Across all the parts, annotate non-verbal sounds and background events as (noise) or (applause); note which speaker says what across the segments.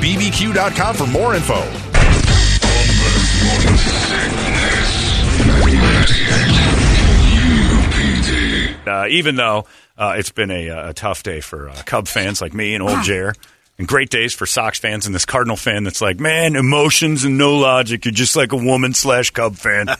Speaker 1: BBQ.com for more info.
Speaker 2: Uh, even though uh, it's been a, uh, a tough day for uh, Cub fans like me and old Jer, and great days for Sox fans and this Cardinal fan that's like, man, emotions and no logic. You're just like a woman slash Cub fan. and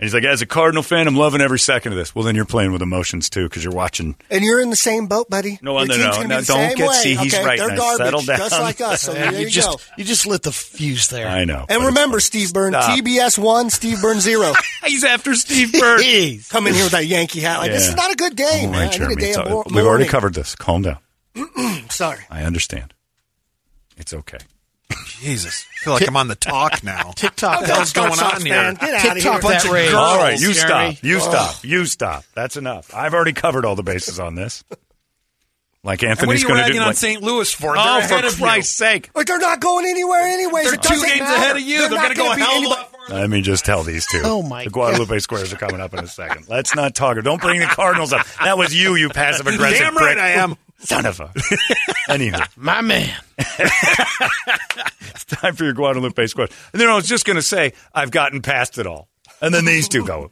Speaker 2: he's like, as a Cardinal fan, I'm loving every second of this. Well, then you're playing with emotions too because you're watching.
Speaker 3: And you're in the same boat, buddy.
Speaker 2: No,
Speaker 3: Your
Speaker 2: no,
Speaker 3: team's
Speaker 2: no,
Speaker 3: gonna
Speaker 2: no,
Speaker 3: be the
Speaker 2: don't
Speaker 3: same
Speaker 2: get-
Speaker 3: way.
Speaker 2: see, he's
Speaker 3: okay,
Speaker 2: right
Speaker 3: They're
Speaker 2: now.
Speaker 3: garbage,
Speaker 2: Settle down.
Speaker 3: just like us. So there you,
Speaker 4: you just
Speaker 3: go.
Speaker 4: you just lit the fuse there.
Speaker 2: I know. but
Speaker 3: And
Speaker 2: it's
Speaker 3: remember,
Speaker 2: like,
Speaker 3: Steve Byrne,
Speaker 2: stop.
Speaker 3: TBS one, Steve Byrne (laughs) zero.
Speaker 2: he's after Steve Bird.
Speaker 4: Jeez.
Speaker 3: Come in here with that Yankee hat. Like this
Speaker 2: Yeah.
Speaker 3: is not a good day,
Speaker 2: All
Speaker 3: man.
Speaker 2: right,
Speaker 3: I need
Speaker 2: Jeremy.
Speaker 3: a day
Speaker 2: it's
Speaker 3: of
Speaker 2: all-
Speaker 3: mor-
Speaker 2: we've already
Speaker 3: mourning.
Speaker 2: covered this. Calm down.
Speaker 3: Sorry.
Speaker 2: I understand. It's okay.
Speaker 5: Jesus. I feel like I'm on the talk (laughs) now.
Speaker 4: TikTok.
Speaker 5: What the hell's going
Speaker 3: Sox
Speaker 5: on
Speaker 3: fan,
Speaker 5: here?
Speaker 3: Get out of here.
Speaker 4: TikTok that rage.
Speaker 5: girls.
Speaker 2: all right, you
Speaker 4: Jeremy.
Speaker 2: stop. You stop. You stop. That's enough. I've already covered all the bases on this. Like
Speaker 5: And what are
Speaker 2: Anthony's
Speaker 5: you
Speaker 2: going to
Speaker 5: ragging
Speaker 2: do.
Speaker 5: on
Speaker 2: like-
Speaker 5: St. Louis for? They're
Speaker 2: oh,
Speaker 5: ahead
Speaker 2: for
Speaker 5: of you.
Speaker 2: Christ's sake!
Speaker 3: But they're not going anywhere anyway.
Speaker 5: They're
Speaker 3: It
Speaker 5: two
Speaker 3: doesn't
Speaker 5: games
Speaker 3: matter.
Speaker 5: ahead of you. They're, going
Speaker 3: not
Speaker 5: to go a
Speaker 3: gonna beat
Speaker 5: hell of a
Speaker 3: anybody.
Speaker 5: lot further.
Speaker 2: Let me just tell these two.
Speaker 4: Oh, my
Speaker 2: The Guadalupe Squares are coming up in a second. Let's not talk. Don't bring the Cardinals up. That was you, you
Speaker 3: (laughs)
Speaker 2: passive aggressive.
Speaker 5: Damn right
Speaker 2: prick.
Speaker 5: I am.
Speaker 2: Son of a. (laughs) Anywho.
Speaker 4: My
Speaker 2: (laughs)
Speaker 4: man.
Speaker 2: time for your Guadalupe squash. And then I was just going to say, I've gotten past it all. And then these two go.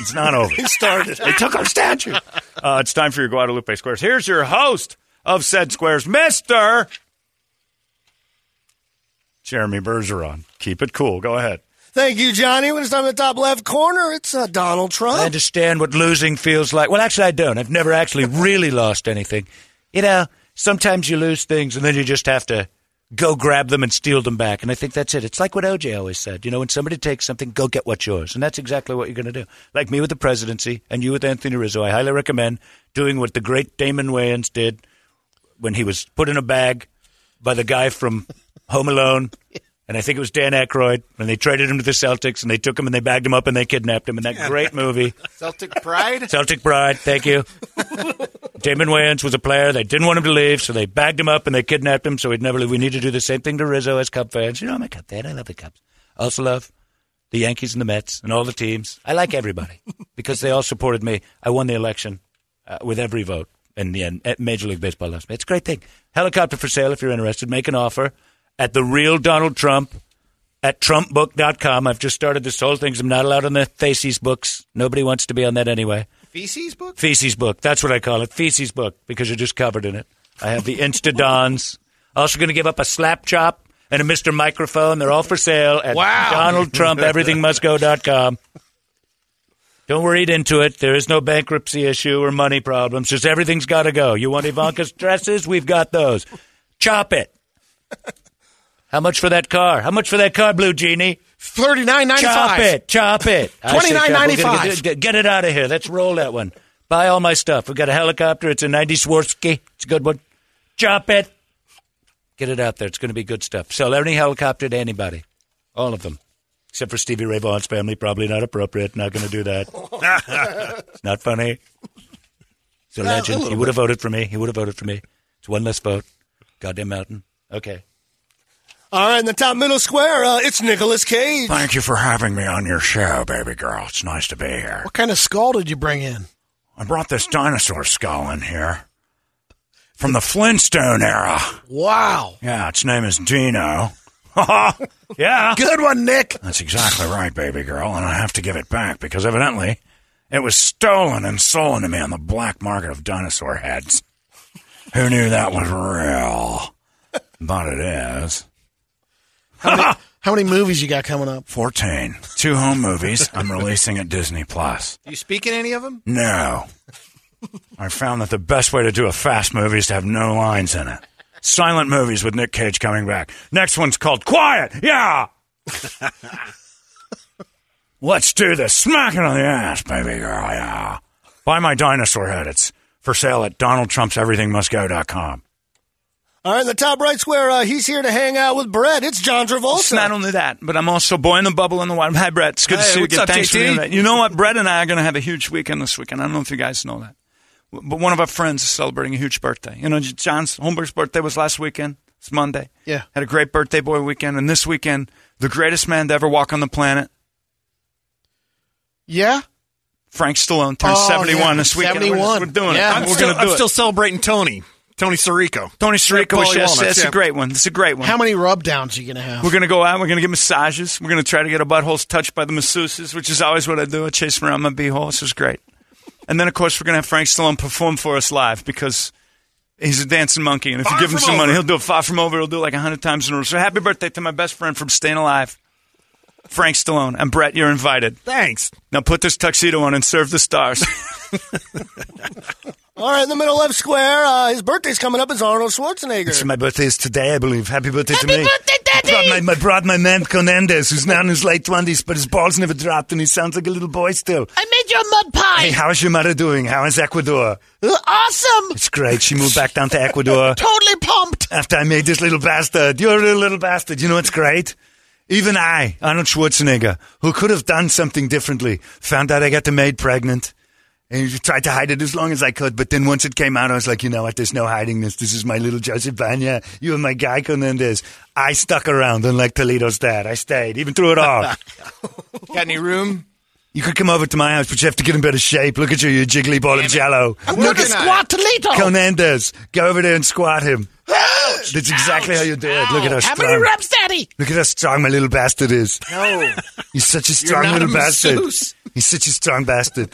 Speaker 2: It's not
Speaker 5: (laughs)
Speaker 2: over. it started. They took our statue. Uh, it's time for your Guadalupe squares. Here's your host of said squares, Mister Jeremy Bergeron. Keep it cool. Go ahead.
Speaker 3: Thank you, Johnny. When it's time in the top left corner, it's uh, Donald Trump.
Speaker 6: I understand what losing feels like. Well, actually, I don't. I've never
Speaker 3: (laughs)
Speaker 6: actually really lost anything. You know, sometimes you lose things and then you just have to go grab them and steal them back. And I think that's it. It's like what OJ always said. You know, when somebody takes something, go get what's yours. And that's exactly what you're going to do. Like me with the presidency and you with Anthony Rizzo, I highly recommend doing what the great Damon Wayans did when he was put in a bag by the guy from Home
Speaker 5: (laughs)
Speaker 6: Alone. And I think it was Dan Aykroyd, and they traded him to the Celtics, and they took him and they bagged him up and they kidnapped him in that great movie.
Speaker 5: (laughs) Celtic
Speaker 6: (laughs)
Speaker 5: pride.
Speaker 6: Celtic Pride, thank
Speaker 5: (laughs)
Speaker 6: you. Damon Wayans was a player. They didn't want him to leave, so they bagged him up and they kidnapped him, so he'd never leave. We need to do the same thing to Rizzo as Cub fans. You know, I'm a Cub fan. I love the Cubs. I also love the Yankees and the Mets and all the teams. I like everybody because they all supported me. I won the election uh, with every vote, and the end, Major League Baseball loves me. It's a great thing. Helicopter for sale if you're interested. Make an offer at the real Donald Trump at trumpbook.com. I've just started this whole thing. 'cause I'm not allowed on the Faces books. Nobody wants to be on that anyway.
Speaker 5: Feces book?
Speaker 6: Feces book. That's what I call it. Feces book because you're just covered in it. I have the Instadons. Also going to give up a slap chop and a Mr. Microphone. They're all for sale at
Speaker 5: Wow.
Speaker 6: Donald Trump, everythingmustgo.com. Don't read into it. There is no bankruptcy issue or money problems. Just everything's got to go. You want Ivanka's dresses? We've got those. Chop it. How much for that car? How much for that car, Blue Genie?
Speaker 5: Thirty nine ninety
Speaker 6: Chop it. Chop it. I say chop. We're gonna
Speaker 5: $29.95.
Speaker 6: Get, get it out of here. Let's roll that one. Buy all my stuff. We've got a helicopter. It's a 90 Swarovski. It's a good one. Chop it. Get it out there. It's going to be good stuff. Sell any helicopter to anybody. All of them. Except for Stevie Ray Vaughan's family. Probably not appropriate. Not going to do that. it's not funny. It's a legend. He would have voted for me. He would have voted for me. It's one less vote. Goddamn mountain. Okay.
Speaker 3: All right, in the top middle square, uh, it's Nicolas Cage.
Speaker 2: Thank you for having me on your show, baby girl. It's nice to be here.
Speaker 4: What kind of skull did you bring in?
Speaker 2: I brought this dinosaur skull in here.
Speaker 7: from the Flintstone era.
Speaker 4: Wow.
Speaker 7: Yeah, its name is
Speaker 4: (laughs)
Speaker 7: Dino. yeah.
Speaker 2: Good one, Nick.
Speaker 7: That's exactly right, baby girl, and I have to give it back because evidently it was stolen and sold to me on the black market of dinosaur heads. Who knew that was real? But it is. (laughs)
Speaker 4: How many movies you got coming up?
Speaker 7: 14. Two home movies I'm releasing at Disney Plus.
Speaker 2: Do you speak in any of them?
Speaker 7: No. I found that the best way to do a fast movie is to have no lines in it. Silent movies with Nick Cage coming back. Next one's called Quiet. Yeah. (laughs) Let's do this. Smack it on the ass, baby girl. Yeah. Buy my dinosaur head. It's for sale at DonaldTrumpsEverythingMustGo.com.
Speaker 3: All right, in the top right square, uh, he's here to hang out with Brett. It's John Travolta.
Speaker 8: Not only that, but I'm also boy in the bubble in the wild. Hi, Brett. It's good to
Speaker 9: Hey,
Speaker 8: see you
Speaker 9: what's
Speaker 8: again.
Speaker 9: up,
Speaker 8: Thanks for
Speaker 9: JT?
Speaker 8: doing that. You know what? Brett and I are going to have a huge weekend this weekend. I don't know if you guys know that. W- But one of our friends is celebrating a huge birthday. You know, John's Holmberg's birthday was last weekend. It's Monday.
Speaker 4: Yeah.
Speaker 8: Had a great birthday boy weekend. And this weekend, the greatest man to ever walk on the planet,
Speaker 4: Yeah.
Speaker 8: Frank Stallone, turns
Speaker 4: Oh,
Speaker 8: 71
Speaker 4: yeah.
Speaker 8: this weekend. We're just-
Speaker 4: 71.
Speaker 8: We're, doing
Speaker 4: Yeah.
Speaker 8: it.
Speaker 4: I'm
Speaker 8: We're
Speaker 4: still-
Speaker 8: going to do
Speaker 2: I'm
Speaker 8: it.
Speaker 2: still celebrating Tony. Tony Sirico.
Speaker 8: Tony Sirico
Speaker 2: Paulie
Speaker 8: was yesterday.
Speaker 2: Walnuts,
Speaker 8: That's
Speaker 2: yeah.
Speaker 8: a great one. That's a great one.
Speaker 4: How many rub downs you gonna have?
Speaker 8: We're gonna go out. We're gonna get massages. We're gonna try to get our buttholes touched by the masseuses, which is always what I do. I chase them around my beehole. This is great. And then, of course, we're gonna have Frank Stallone perform for us live because he's a dancing monkey. And if
Speaker 2: Far
Speaker 8: you give him
Speaker 2: from
Speaker 8: some
Speaker 2: over.
Speaker 8: money, he'll do it far from over. He'll do it like hundred times in a row. So, happy birthday to my best friend from Staying Alive, Frank Stallone. And Brett, you're invited.
Speaker 2: Thanks.
Speaker 8: Now put this tuxedo on and serve the stars.
Speaker 3: All right, in the middle left square, uh, his birthday's coming up. It's Arnold Schwarzenegger.
Speaker 7: My birthday is today, I believe. Happy birthday to me. I brought my, I brought my man Conandes, who's now in his late 20s, but his balls never dropped and he sounds like a little boy still.
Speaker 5: I made you a mud pie. Uh,
Speaker 7: Hey, how's your mother doing? How is Ecuador?
Speaker 5: Awesome.
Speaker 7: It's great. She moved back down to
Speaker 6: (laughs)
Speaker 7: Ecuador
Speaker 5: Totally pumped.
Speaker 7: after I made this little bastard. You're a little, little bastard. You know what's great? Even I, Arnold Schwarzenegger, who could have done something differently, found out I got the maid pregnant. And tried to hide it as long as I could, but then once it came out, I was like, you know what? There's no hiding this. This is my little Joseph Banya. You are my guy, Conandes. I stuck around, unlike Toledo's dad. I stayed, even through it all.
Speaker 2: Got any room?
Speaker 7: you could come over to my house, but you have to get in better shape. Look at you, you jiggly ball of jello.
Speaker 5: Look at
Speaker 2: working on
Speaker 5: Squat Toledo.
Speaker 7: Conandes, go over there and squat him. That's exactly how you do it. Look at how
Speaker 5: How
Speaker 7: strong.
Speaker 5: many reps, (laughs) Daddy?
Speaker 7: Look at how strong my little bastard is.
Speaker 2: (laughs) No.
Speaker 7: He's such a strong
Speaker 2: not a
Speaker 7: little bastard.
Speaker 2: masseuse.
Speaker 7: He's such a strong bastard.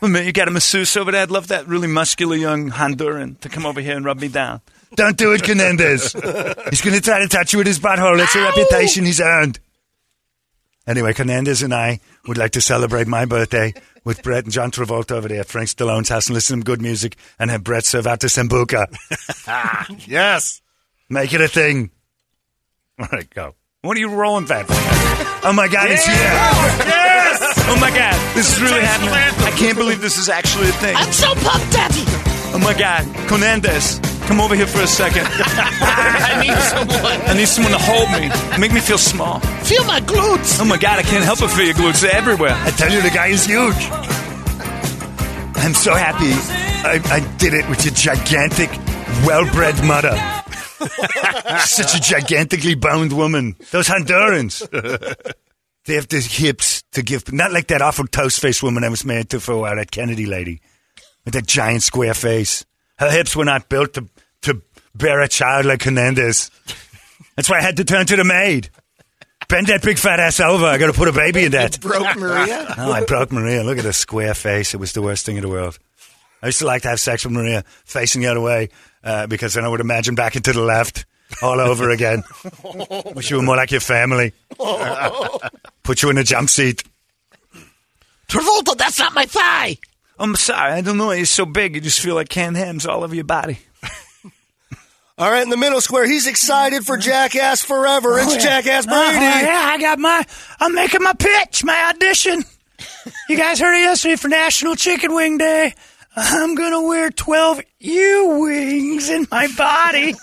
Speaker 8: Well, (laughs) man, you got a masseuse over there. I'd love that really muscular young Honduran to come over here and rub me down.
Speaker 7: Don't do it, Canendez. He's going to try to touch you with his butthole. That's a reputation he's earned. Anyway, Canendez and I would like to celebrate my birthday with Brett and John Travolta over there at Frank Stallone's house and listen to good music and have Brett serve out to Sambuca.
Speaker 5: Ah,
Speaker 2: Yes.
Speaker 7: Make it a thing. (laughs) All right, go. What are you rolling, fat? oh my God, it's here.
Speaker 8: Oh my God, this is really happening. I can't believe this is actually a thing.
Speaker 5: I'm so pumped, Daddy.
Speaker 8: Oh my God, Conandes, come over here for a second. (laughs) I need someone. I need someone to hold me, make me feel small.
Speaker 5: Feel my glutes.
Speaker 8: Oh my God, I can't help but feel your glutes They're everywhere.
Speaker 7: I tell you, the guy is huge. I'm so happy I, I did it with your gigantic, well bred mother. (laughs) Such a gigantically boned woman. Those Hondurans. They have the hips to give. Not like that awful toast faced woman I was married to for a while, that Kennedy lady. With that giant square face. Her hips were not built to, to bear a child like Hernandez. That's why I had to turn to the maid. Bend that big fat ass over. I got to put a baby in that.
Speaker 2: Broke Maria.
Speaker 5: (laughs)
Speaker 7: Oh, I broke Maria. Look at her square face. It was the worst thing in the world. I used to like to have sex with Maria facing the other way uh, because then I would imagine backing to the left all
Speaker 10: (laughs)
Speaker 7: over again. Wish you were more like your family. Put you in a jump seat.
Speaker 5: Travolta, that's not my thigh.
Speaker 8: I'm sorry, I don't know. You're so big, you just feel like canned hams all over your body.
Speaker 3: All right, in the middle square, he's excited for Jackass Forever.
Speaker 11: Oh,
Speaker 3: It's Jackass
Speaker 11: Uh-huh.
Speaker 3: Brady.
Speaker 8: yeah, I got my. I'm making my pitch, my audition. You guys heard it yesterday for National Chicken Wing Day. I'm gonna wear 12 U wings in my body.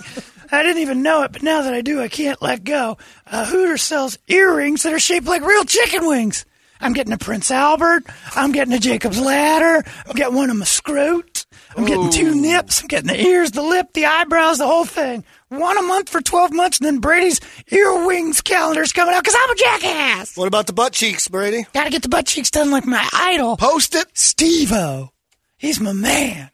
Speaker 8: I didn't even know it, but now that I do, I can't let go. Uh, Hooter sells earrings that are shaped like real chicken wings. I'm getting a Prince Albert. I'm getting a Jacob's Ladder. I'm getting one of my scrote. I'm getting two nips. I'm getting the ears, the lip, the eyebrows, the whole thing. One a month for 12 months, and then Brady's ear wings calendar's coming out because I'm a jackass.
Speaker 3: What about the butt cheeks, Brady?
Speaker 8: Gotta get the butt cheeks done like my idol.
Speaker 4: Post it.
Speaker 8: Steve-O. He's my man.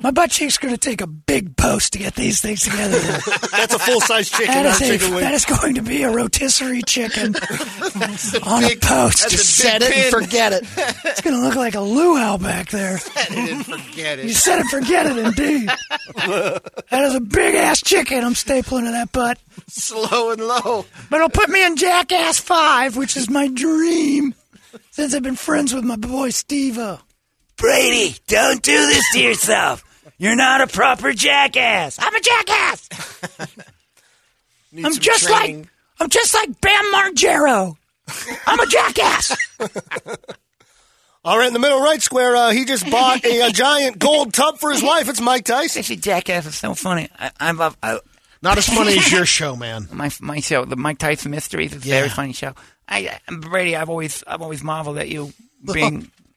Speaker 11: My butt cheek's going to take a big post to get these
Speaker 3: (laughs)
Speaker 11: things together.
Speaker 3: That's a full
Speaker 11: (laughs)
Speaker 3: size chicken,
Speaker 11: That
Speaker 3: not
Speaker 11: is,
Speaker 3: a
Speaker 11: a-
Speaker 3: chicken wing.
Speaker 11: that
Speaker 3: (laughs)
Speaker 11: is going to be a rotisserie chicken on
Speaker 3: big-
Speaker 11: a post.
Speaker 3: that's a
Speaker 11: Just
Speaker 3: big
Speaker 11: set it and
Speaker 3: pin. (laughs)
Speaker 11: forget it. It's going to look like a luau back there.
Speaker 1: Forget
Speaker 11: You said it, forget it, indeed. That is a big ass chicken I'm stapling to that butt.
Speaker 1: Slow and low.
Speaker 11: But it'll put me in Jackass 5, which is my dream since I've been friends with my boy Steve O.
Speaker 2: Brady, don't do this to yourself. You're not a proper jackass.
Speaker 11: I'm a jackass!
Speaker 5: (laughs)
Speaker 11: I'm just like I'm just like Bam Margero. I'm a jackass.
Speaker 3: All right, in the middle right square, uh, he just bought
Speaker 11: (laughs)
Speaker 3: a, uh giant gold tub for his wife. It's Mike Tyson.
Speaker 8: Actually, jackass is so funny. (laughs) I, I love I,
Speaker 5: Not as funny as your show, man.
Speaker 8: (laughs) my my show, the Mike Tyson Mysteries. It's a very
Speaker 5: Yeah.
Speaker 8: funny show. I uh, Brady, I've always I've always marveled
Speaker 5: (laughs)
Speaker 8: at you being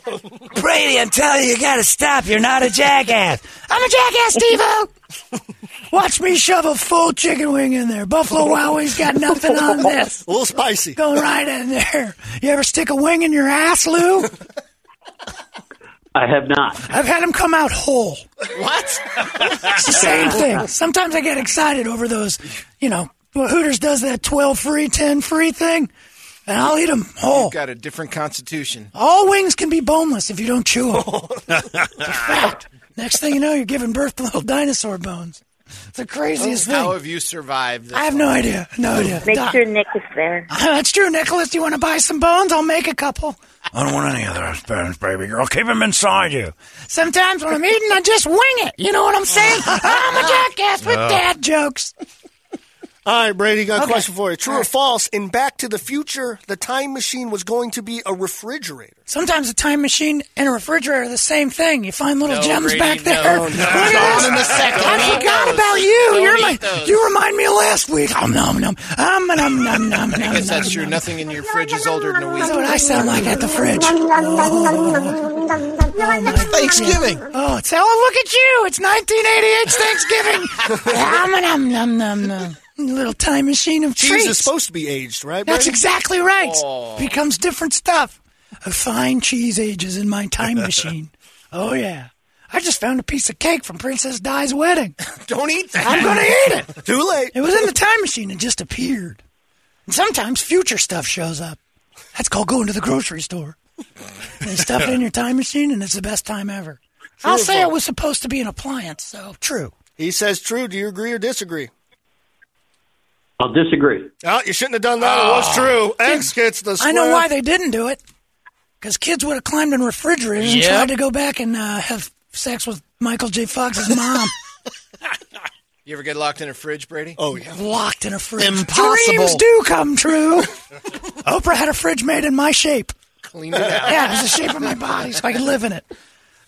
Speaker 5: (laughs)
Speaker 11: jackass.
Speaker 10: Brady, I'm telling you, you gotta stop. You're not a jackass.
Speaker 11: I'm a jackass, Steve-O. (laughs) Watch me shove a full chicken wing in there. Buffalo Wild Wings got nothing on this.
Speaker 3: (laughs) A little spicy.
Speaker 11: Going right in there. You ever stick a wing in your ass, Lou?
Speaker 12: I have not.
Speaker 11: I've had them come out whole.
Speaker 5: What?
Speaker 11: It's the same thing. Sometimes I get excited over those, you know, well, Hooters does that 12 free, 10 free thing, and I'll eat them whole.
Speaker 5: You've got a different (laughs) constitution.
Speaker 11: All wings can be boneless if you don't
Speaker 3: (laughs)
Speaker 11: chew them. Next thing you know, you're giving birth to little dinosaur bones. It's the craziest thing.
Speaker 5: Oh, How have you survived? This
Speaker 11: I have no idea. No idea.
Speaker 13: Make
Speaker 11: Doc.
Speaker 13: sure Nick is there.
Speaker 11: (laughs) That's true, Nicholas. Do you want to buy some bones? I'll make a couple.
Speaker 2: I don't want any of those parents, baby girl. Keep them inside you.
Speaker 11: Sometimes when I'm eating, I just wing it. You know what I'm
Speaker 13: (laughs)
Speaker 11: saying? I'm a jackass with
Speaker 3: Yeah.
Speaker 11: dad jokes.
Speaker 3: (laughs) All right, Brady, got a
Speaker 11: Okay.
Speaker 3: question for you. True
Speaker 11: All
Speaker 3: or
Speaker 11: right.
Speaker 3: false? In Back to the Future, the time machine was going to be a refrigerator.
Speaker 11: (laughs) Sometimes a time machine and a refrigerator are the same thing. You find little
Speaker 3: No,
Speaker 11: gems
Speaker 3: Brady,
Speaker 11: back
Speaker 3: no,
Speaker 11: there.
Speaker 3: no.
Speaker 11: Look at
Speaker 3: Gone in a
Speaker 11: this.
Speaker 3: second.
Speaker 11: I
Speaker 3: Don't
Speaker 11: forgot
Speaker 3: eat those.
Speaker 11: about you.
Speaker 3: Don't
Speaker 11: You're
Speaker 3: eat
Speaker 11: my.
Speaker 3: those.
Speaker 11: You remind me of last week. Oh nom nom. Um nom nom nom
Speaker 5: I
Speaker 11: nom.
Speaker 5: guess that's true. Nothing in your fridge is older than a week.
Speaker 11: That's what I sound like at the fridge. Thanksgiving. Oh, it's, oh, look at you. It's 1988's Thanksgiving. Nom, nom, nom, nom, nom. Little time machine of
Speaker 3: Cheese
Speaker 11: treats.
Speaker 3: is supposed to be aged, right?
Speaker 11: That's
Speaker 3: Brady?
Speaker 11: exactly right.
Speaker 3: Oh.
Speaker 11: Becomes different stuff. A fine cheese ages in my time machine. Oh, yeah. I just found a piece of cake from Princess Di's wedding.
Speaker 3: (laughs) Don't eat that.
Speaker 11: I'm going to eat it.
Speaker 3: (laughs) Too late.
Speaker 11: It was in the time machine. It just appeared. And sometimes future stuff shows up. That's called going to the grocery store. And you stuff it in your time machine, and it's the best time ever.
Speaker 3: True
Speaker 11: I'll
Speaker 3: or
Speaker 11: say it
Speaker 3: false?
Speaker 11: was supposed to be an appliance, so true.
Speaker 3: He says true. Do you agree or disagree?
Speaker 12: I'll disagree.
Speaker 3: Oh, you shouldn't have done that. It was true. X gets the square.
Speaker 11: Ah. I know why they didn't do it. Because kids would have climbed in refrigerators and
Speaker 3: Yep.
Speaker 11: tried to go back and uh, have sex with Michael J. Fox's
Speaker 3: (laughs)
Speaker 11: mom.
Speaker 5: You ever get locked in a fridge, Brady?
Speaker 3: Oh yeah.
Speaker 11: Locked in a fridge.
Speaker 5: Impossible.
Speaker 11: Dreams do come true. (laughs) Oprah had a fridge made in my shape.
Speaker 5: Clean it out.
Speaker 11: Yeah, it was the shape of my body, so I could live in it.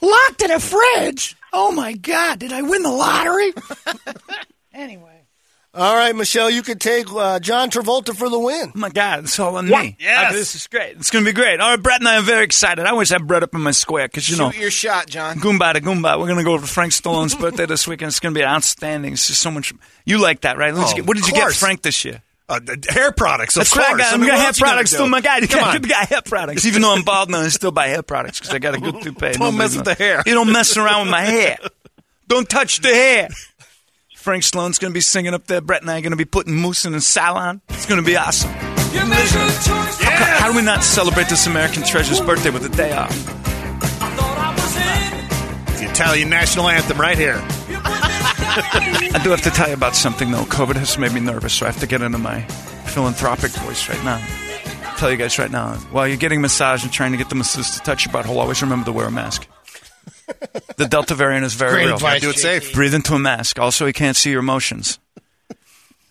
Speaker 11: Locked in a fridge. Oh my God! Did I win the lottery? anyway.
Speaker 3: (laughs) All right, Michelle, you could take uh, John Travolta for the win.
Speaker 8: my God, it's all on me.
Speaker 5: Yes.
Speaker 8: Okay, this is great. It's going to be great. All right, Brett and I are very excited. I wish I brought up in my square because, you
Speaker 5: Shoot
Speaker 8: know,
Speaker 5: your shot, John.
Speaker 8: Goomba to Goomba. We're going to go over to Frank
Speaker 6: (laughs)
Speaker 8: Stallone's birthday this weekend. It's going to be outstanding. It's just so much. You like that, right? What did you
Speaker 6: Oh,
Speaker 8: get, what did
Speaker 6: of
Speaker 8: you get
Speaker 6: course.
Speaker 8: Frank this year?
Speaker 6: Uh, d- hair products, of
Speaker 8: That's
Speaker 6: course.
Speaker 8: right, guys.
Speaker 6: I
Speaker 8: I'm
Speaker 6: mean,
Speaker 8: gonna
Speaker 6: what
Speaker 8: have
Speaker 6: else you gonna
Speaker 8: products
Speaker 6: do?
Speaker 8: still, my guy. You (laughs)
Speaker 6: Come
Speaker 8: gotta
Speaker 6: on.
Speaker 8: give the guy hair
Speaker 6: (laughs)
Speaker 8: products. Even though I'm bald now, I still buy hair products because I got a good toupee.
Speaker 6: Don't
Speaker 8: Nobody's
Speaker 6: mess with
Speaker 8: gonna-
Speaker 6: the hair.
Speaker 8: You don't mess around with
Speaker 6: (laughs)
Speaker 8: my hair. Don't touch the hair. Frank Sloan's gonna be singing up there. Brett and I are gonna be putting moose in a salon. It's gonna be awesome. How, co- how do we not celebrate this American treasure's birthday with a day off?
Speaker 2: The Italian national anthem right here.
Speaker 8: (laughs) I do have to tell you about something though. COVID has made me nervous, so I have to get into my philanthropic voice right now. tell you guys right now, while you're getting a massage and trying to get the masseuse to touch your butthole, always remember to wear a mask. The Delta variant is very
Speaker 2: Great
Speaker 8: real.
Speaker 2: advice, Do it JT. safe.
Speaker 8: Breathe into a mask. Also, he can't see your emotions.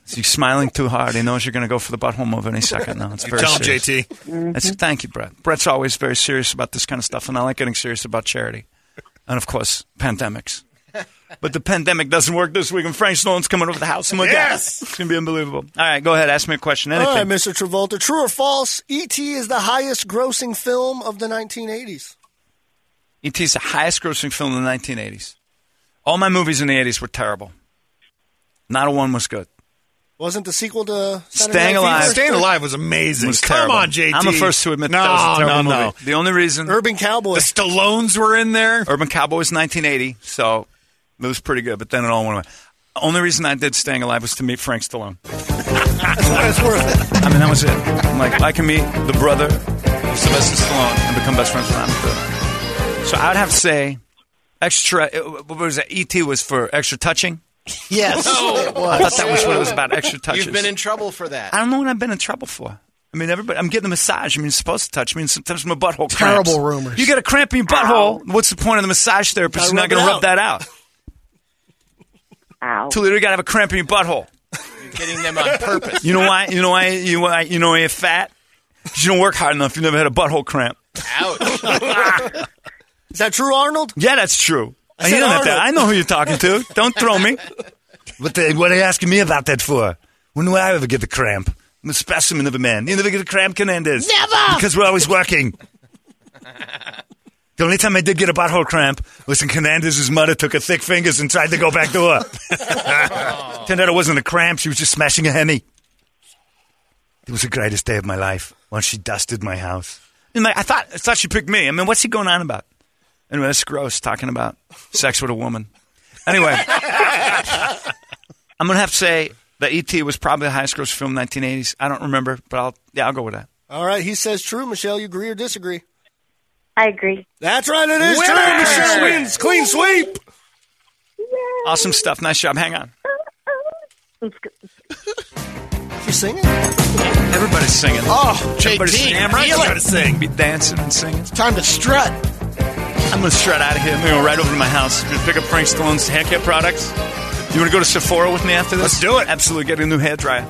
Speaker 8: He's smiling too hard. He knows you're going to go for the butthole move any second now. It's
Speaker 2: You
Speaker 8: very
Speaker 2: tell him,
Speaker 8: serious.
Speaker 2: JT.
Speaker 3: Mm-hmm.
Speaker 5: (laughs)
Speaker 11: (laughs)
Speaker 8: That's- thank you, Brett. Brett's always very serious about this kind of stuff, and I like getting serious about charity. And, of course,
Speaker 3: (laughs)
Speaker 8: pandemics. But the pandemic doesn't work this week, and Frank Sloan's coming over the house. Oh, my
Speaker 3: Yes!
Speaker 8: God. It's going to be unbelievable. All right, go ahead. Ask me a question. Anything.
Speaker 3: All right, Mr. Travolta. True or false? E.T. is the highest grossing film of the 1980s.
Speaker 8: E.T. E is the highest grossing film in the 1980s. All my movies in the 80s were terrible. Not a one was good.
Speaker 3: Wasn't the sequel to Saturday
Speaker 8: Staying
Speaker 3: Night Fever?
Speaker 8: Alive. Was
Speaker 2: Come
Speaker 8: terrible.
Speaker 2: on, JT.
Speaker 8: I'm the first to admit that,
Speaker 2: No,
Speaker 8: that was a terrible
Speaker 2: no, no.
Speaker 8: movie. The only reason.
Speaker 3: Urban Cowboy.
Speaker 8: The Stallones were in there. Urban Cowboy was 1980, so it was pretty good, but then it all went away. Only reason I did Staying Alive was to meet Frank Stallone.
Speaker 3: That's what it's worth.
Speaker 8: I mean, that was it. I'm like, I can meet the brother of Sylvester Stallone and become best friends with him. So I'd have to say, extra. uh, What was it? ET was for extra touching.
Speaker 5: Yes,
Speaker 8: No.
Speaker 5: it was.
Speaker 8: I thought that was what it was about. Extra touches.
Speaker 5: You've been in trouble for that.
Speaker 8: I don't know what I've been in trouble for. I mean, everybody. I'm getting a massage. I mean, it's supposed to touch me, and sometimes my butthole. Cramps.
Speaker 4: Terrible rumors.
Speaker 8: You got a cramp in your butthole. What's the point of the massage therapist? You're
Speaker 4: Gotta
Speaker 8: not
Speaker 4: rub
Speaker 8: going
Speaker 4: it
Speaker 8: to rub
Speaker 4: out.
Speaker 8: that out.
Speaker 13: Ow.
Speaker 8: Toledo, you got to have a cramp in your butthole.
Speaker 5: You're getting them
Speaker 11: (laughs)
Speaker 5: on purpose.
Speaker 8: You know why? You know why? You why? You know why you're fat? 'Cause You don't work hard enough. You never had a butthole cramp.
Speaker 11: (laughs)
Speaker 3: Ouch. Is that true, Arnold?
Speaker 8: Yeah, that's true.
Speaker 3: I
Speaker 8: I,
Speaker 3: said
Speaker 8: know that-
Speaker 3: Arnold.
Speaker 8: I know who you're talking to. Don't throw me. What, the, what are you asking me about that for? When will I ever get the cramp? I'm a specimen of a man. You never get a cramp, Canandez.
Speaker 14: Never!
Speaker 8: Because we're always working. The only time I did get a butthole cramp was when Canandez's mother took her thick fingers and tried to go back to her. Turned out it wasn't a cramp. She was just smashing a hemi. It was the greatest day of my life when she dusted my house. And like, I thought, I thought she picked me. I mean, what's he going on about? Anyway, that's gross talking about sex with a woman. Anyway, I'm gonna have to say that ET was probably the highest grossing film in the 1980s. I don't remember, but I'll yeah, I'll go with that.
Speaker 3: All right, he says true. Michelle, you agree or disagree?
Speaker 13: I agree.
Speaker 3: That's right, it is
Speaker 13: Winner!
Speaker 3: true. Michelle wins. Clean sweep.
Speaker 8: Awesome stuff. Nice job. Hang on.
Speaker 3: You're singing?
Speaker 8: Everybody's singing.
Speaker 3: Oh,
Speaker 8: everybody's
Speaker 3: JT,
Speaker 8: singing. I'm right.
Speaker 3: feel
Speaker 8: You
Speaker 3: it.
Speaker 8: gotta sing. Be dancing and singing. It's time to strut. I'm gonna strut out of here. I'm gonna go right over to my house. Gonna pick up Frank Stallone's haircare products. You wanna go to Sephora with me after this? Let's do it. Absolutely. Get a new hair dryer.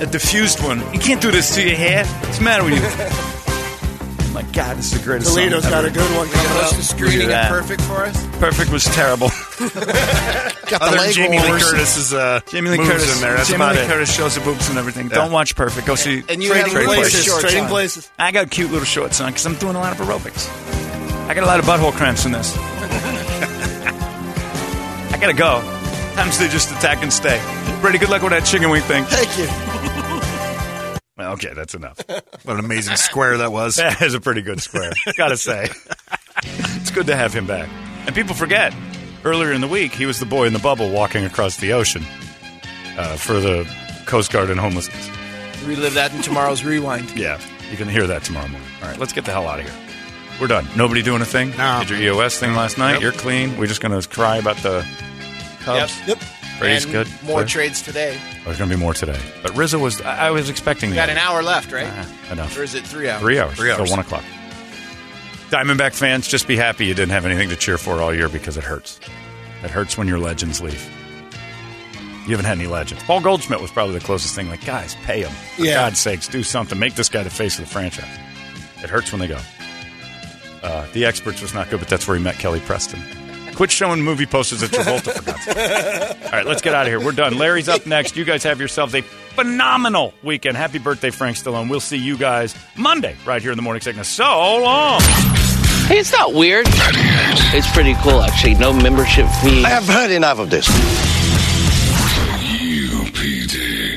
Speaker 8: A diffused one. You can't do this to your hair. What's the matter
Speaker 3: (laughs)
Speaker 8: with you? oh my God, this is the greatest. song
Speaker 3: Toledo's got
Speaker 8: ever.
Speaker 3: a good one coming up.
Speaker 8: Let's do that.
Speaker 5: for us?
Speaker 8: Perfect
Speaker 2: (laughs)
Speaker 8: was terrible.
Speaker 5: Got the
Speaker 8: Other than
Speaker 5: leg
Speaker 8: Jamie Lee
Speaker 5: warmers.
Speaker 8: Curtis's uh,
Speaker 2: Jamie Lee
Speaker 8: moves
Speaker 2: Curtis-
Speaker 8: in there. That's
Speaker 2: Jamie
Speaker 8: about
Speaker 2: Lee
Speaker 8: it. Curtis shows the boobs and everything. Don't
Speaker 2: Don't
Speaker 8: watch Perfect. Go see.
Speaker 2: And you Trading have little Places. shorts Trading on.
Speaker 3: Places.
Speaker 8: I got cute little shorts on because I'm doing a lot of aerobics. I got a lot of butthole cramps in
Speaker 2: (laughs)
Speaker 8: this. I gotta go. Times they just attack and stay. Brady, good luck with that chicken wing thing.
Speaker 3: Thank you.
Speaker 8: Well, okay, that's enough.
Speaker 2: (laughs) What an amazing square that was.
Speaker 8: That is a pretty good square.
Speaker 2: (laughs)
Speaker 8: Gotta say. it's good to have him back. And people forget, earlier in the week, he was the boy in the bubble walking across the ocean uh, for the Coast Guard and homelessness.
Speaker 5: Relive that in tomorrow's rewind.
Speaker 8: Yeah, you can hear that tomorrow morning. All right, let's get the hell out of here. We're done. Nobody doing a thing? Did your EOS thing last night? You're clean. We're just going to cry about the Cubs.
Speaker 5: Yep.
Speaker 8: Brady's
Speaker 5: and
Speaker 8: good.
Speaker 5: More
Speaker 8: Clear?
Speaker 5: trades today.
Speaker 8: There's going to be more today. But Rizzo was, I, I was expecting
Speaker 5: We got
Speaker 8: that.
Speaker 5: an hour left, right?
Speaker 8: Ah, enough.
Speaker 5: Or is it three hours?
Speaker 8: Three hours.
Speaker 5: Three hours.
Speaker 8: So one o'clock. Diamondback fans, just be happy you didn't have anything to cheer for all year because it hurts. It hurts when your legends leave. You haven't had any legends. Paul Goldschmidt was probably the closest thing. Like, guys, pay him. For
Speaker 3: Yeah.
Speaker 8: God's sakes, do something. Make this guy the face of the franchise. It hurts when they go. Uh, the experts was not good, but that's where he met Kelly Preston. Quit showing movie posters at Travolta, for God's sake. All right, let's get out of here. We're done. Larry's up next. You guys have yourselves a phenomenal weekend. Happy birthday, Frank Stallone. We'll see you guys Monday right here in the Morning Sickness. So long.
Speaker 15: Hey, it's not weird. It's pretty cool, actually. No membership fee. I have heard enough of this.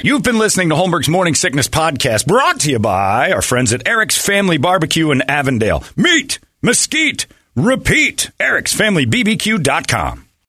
Speaker 7: You've been listening to Holmberg's Morning Sickness Podcast, brought to you by our friends at Eric's Family Barbecue in Avondale. Meet, mesquite, repeat. Eric'sFamilyBBQ.com.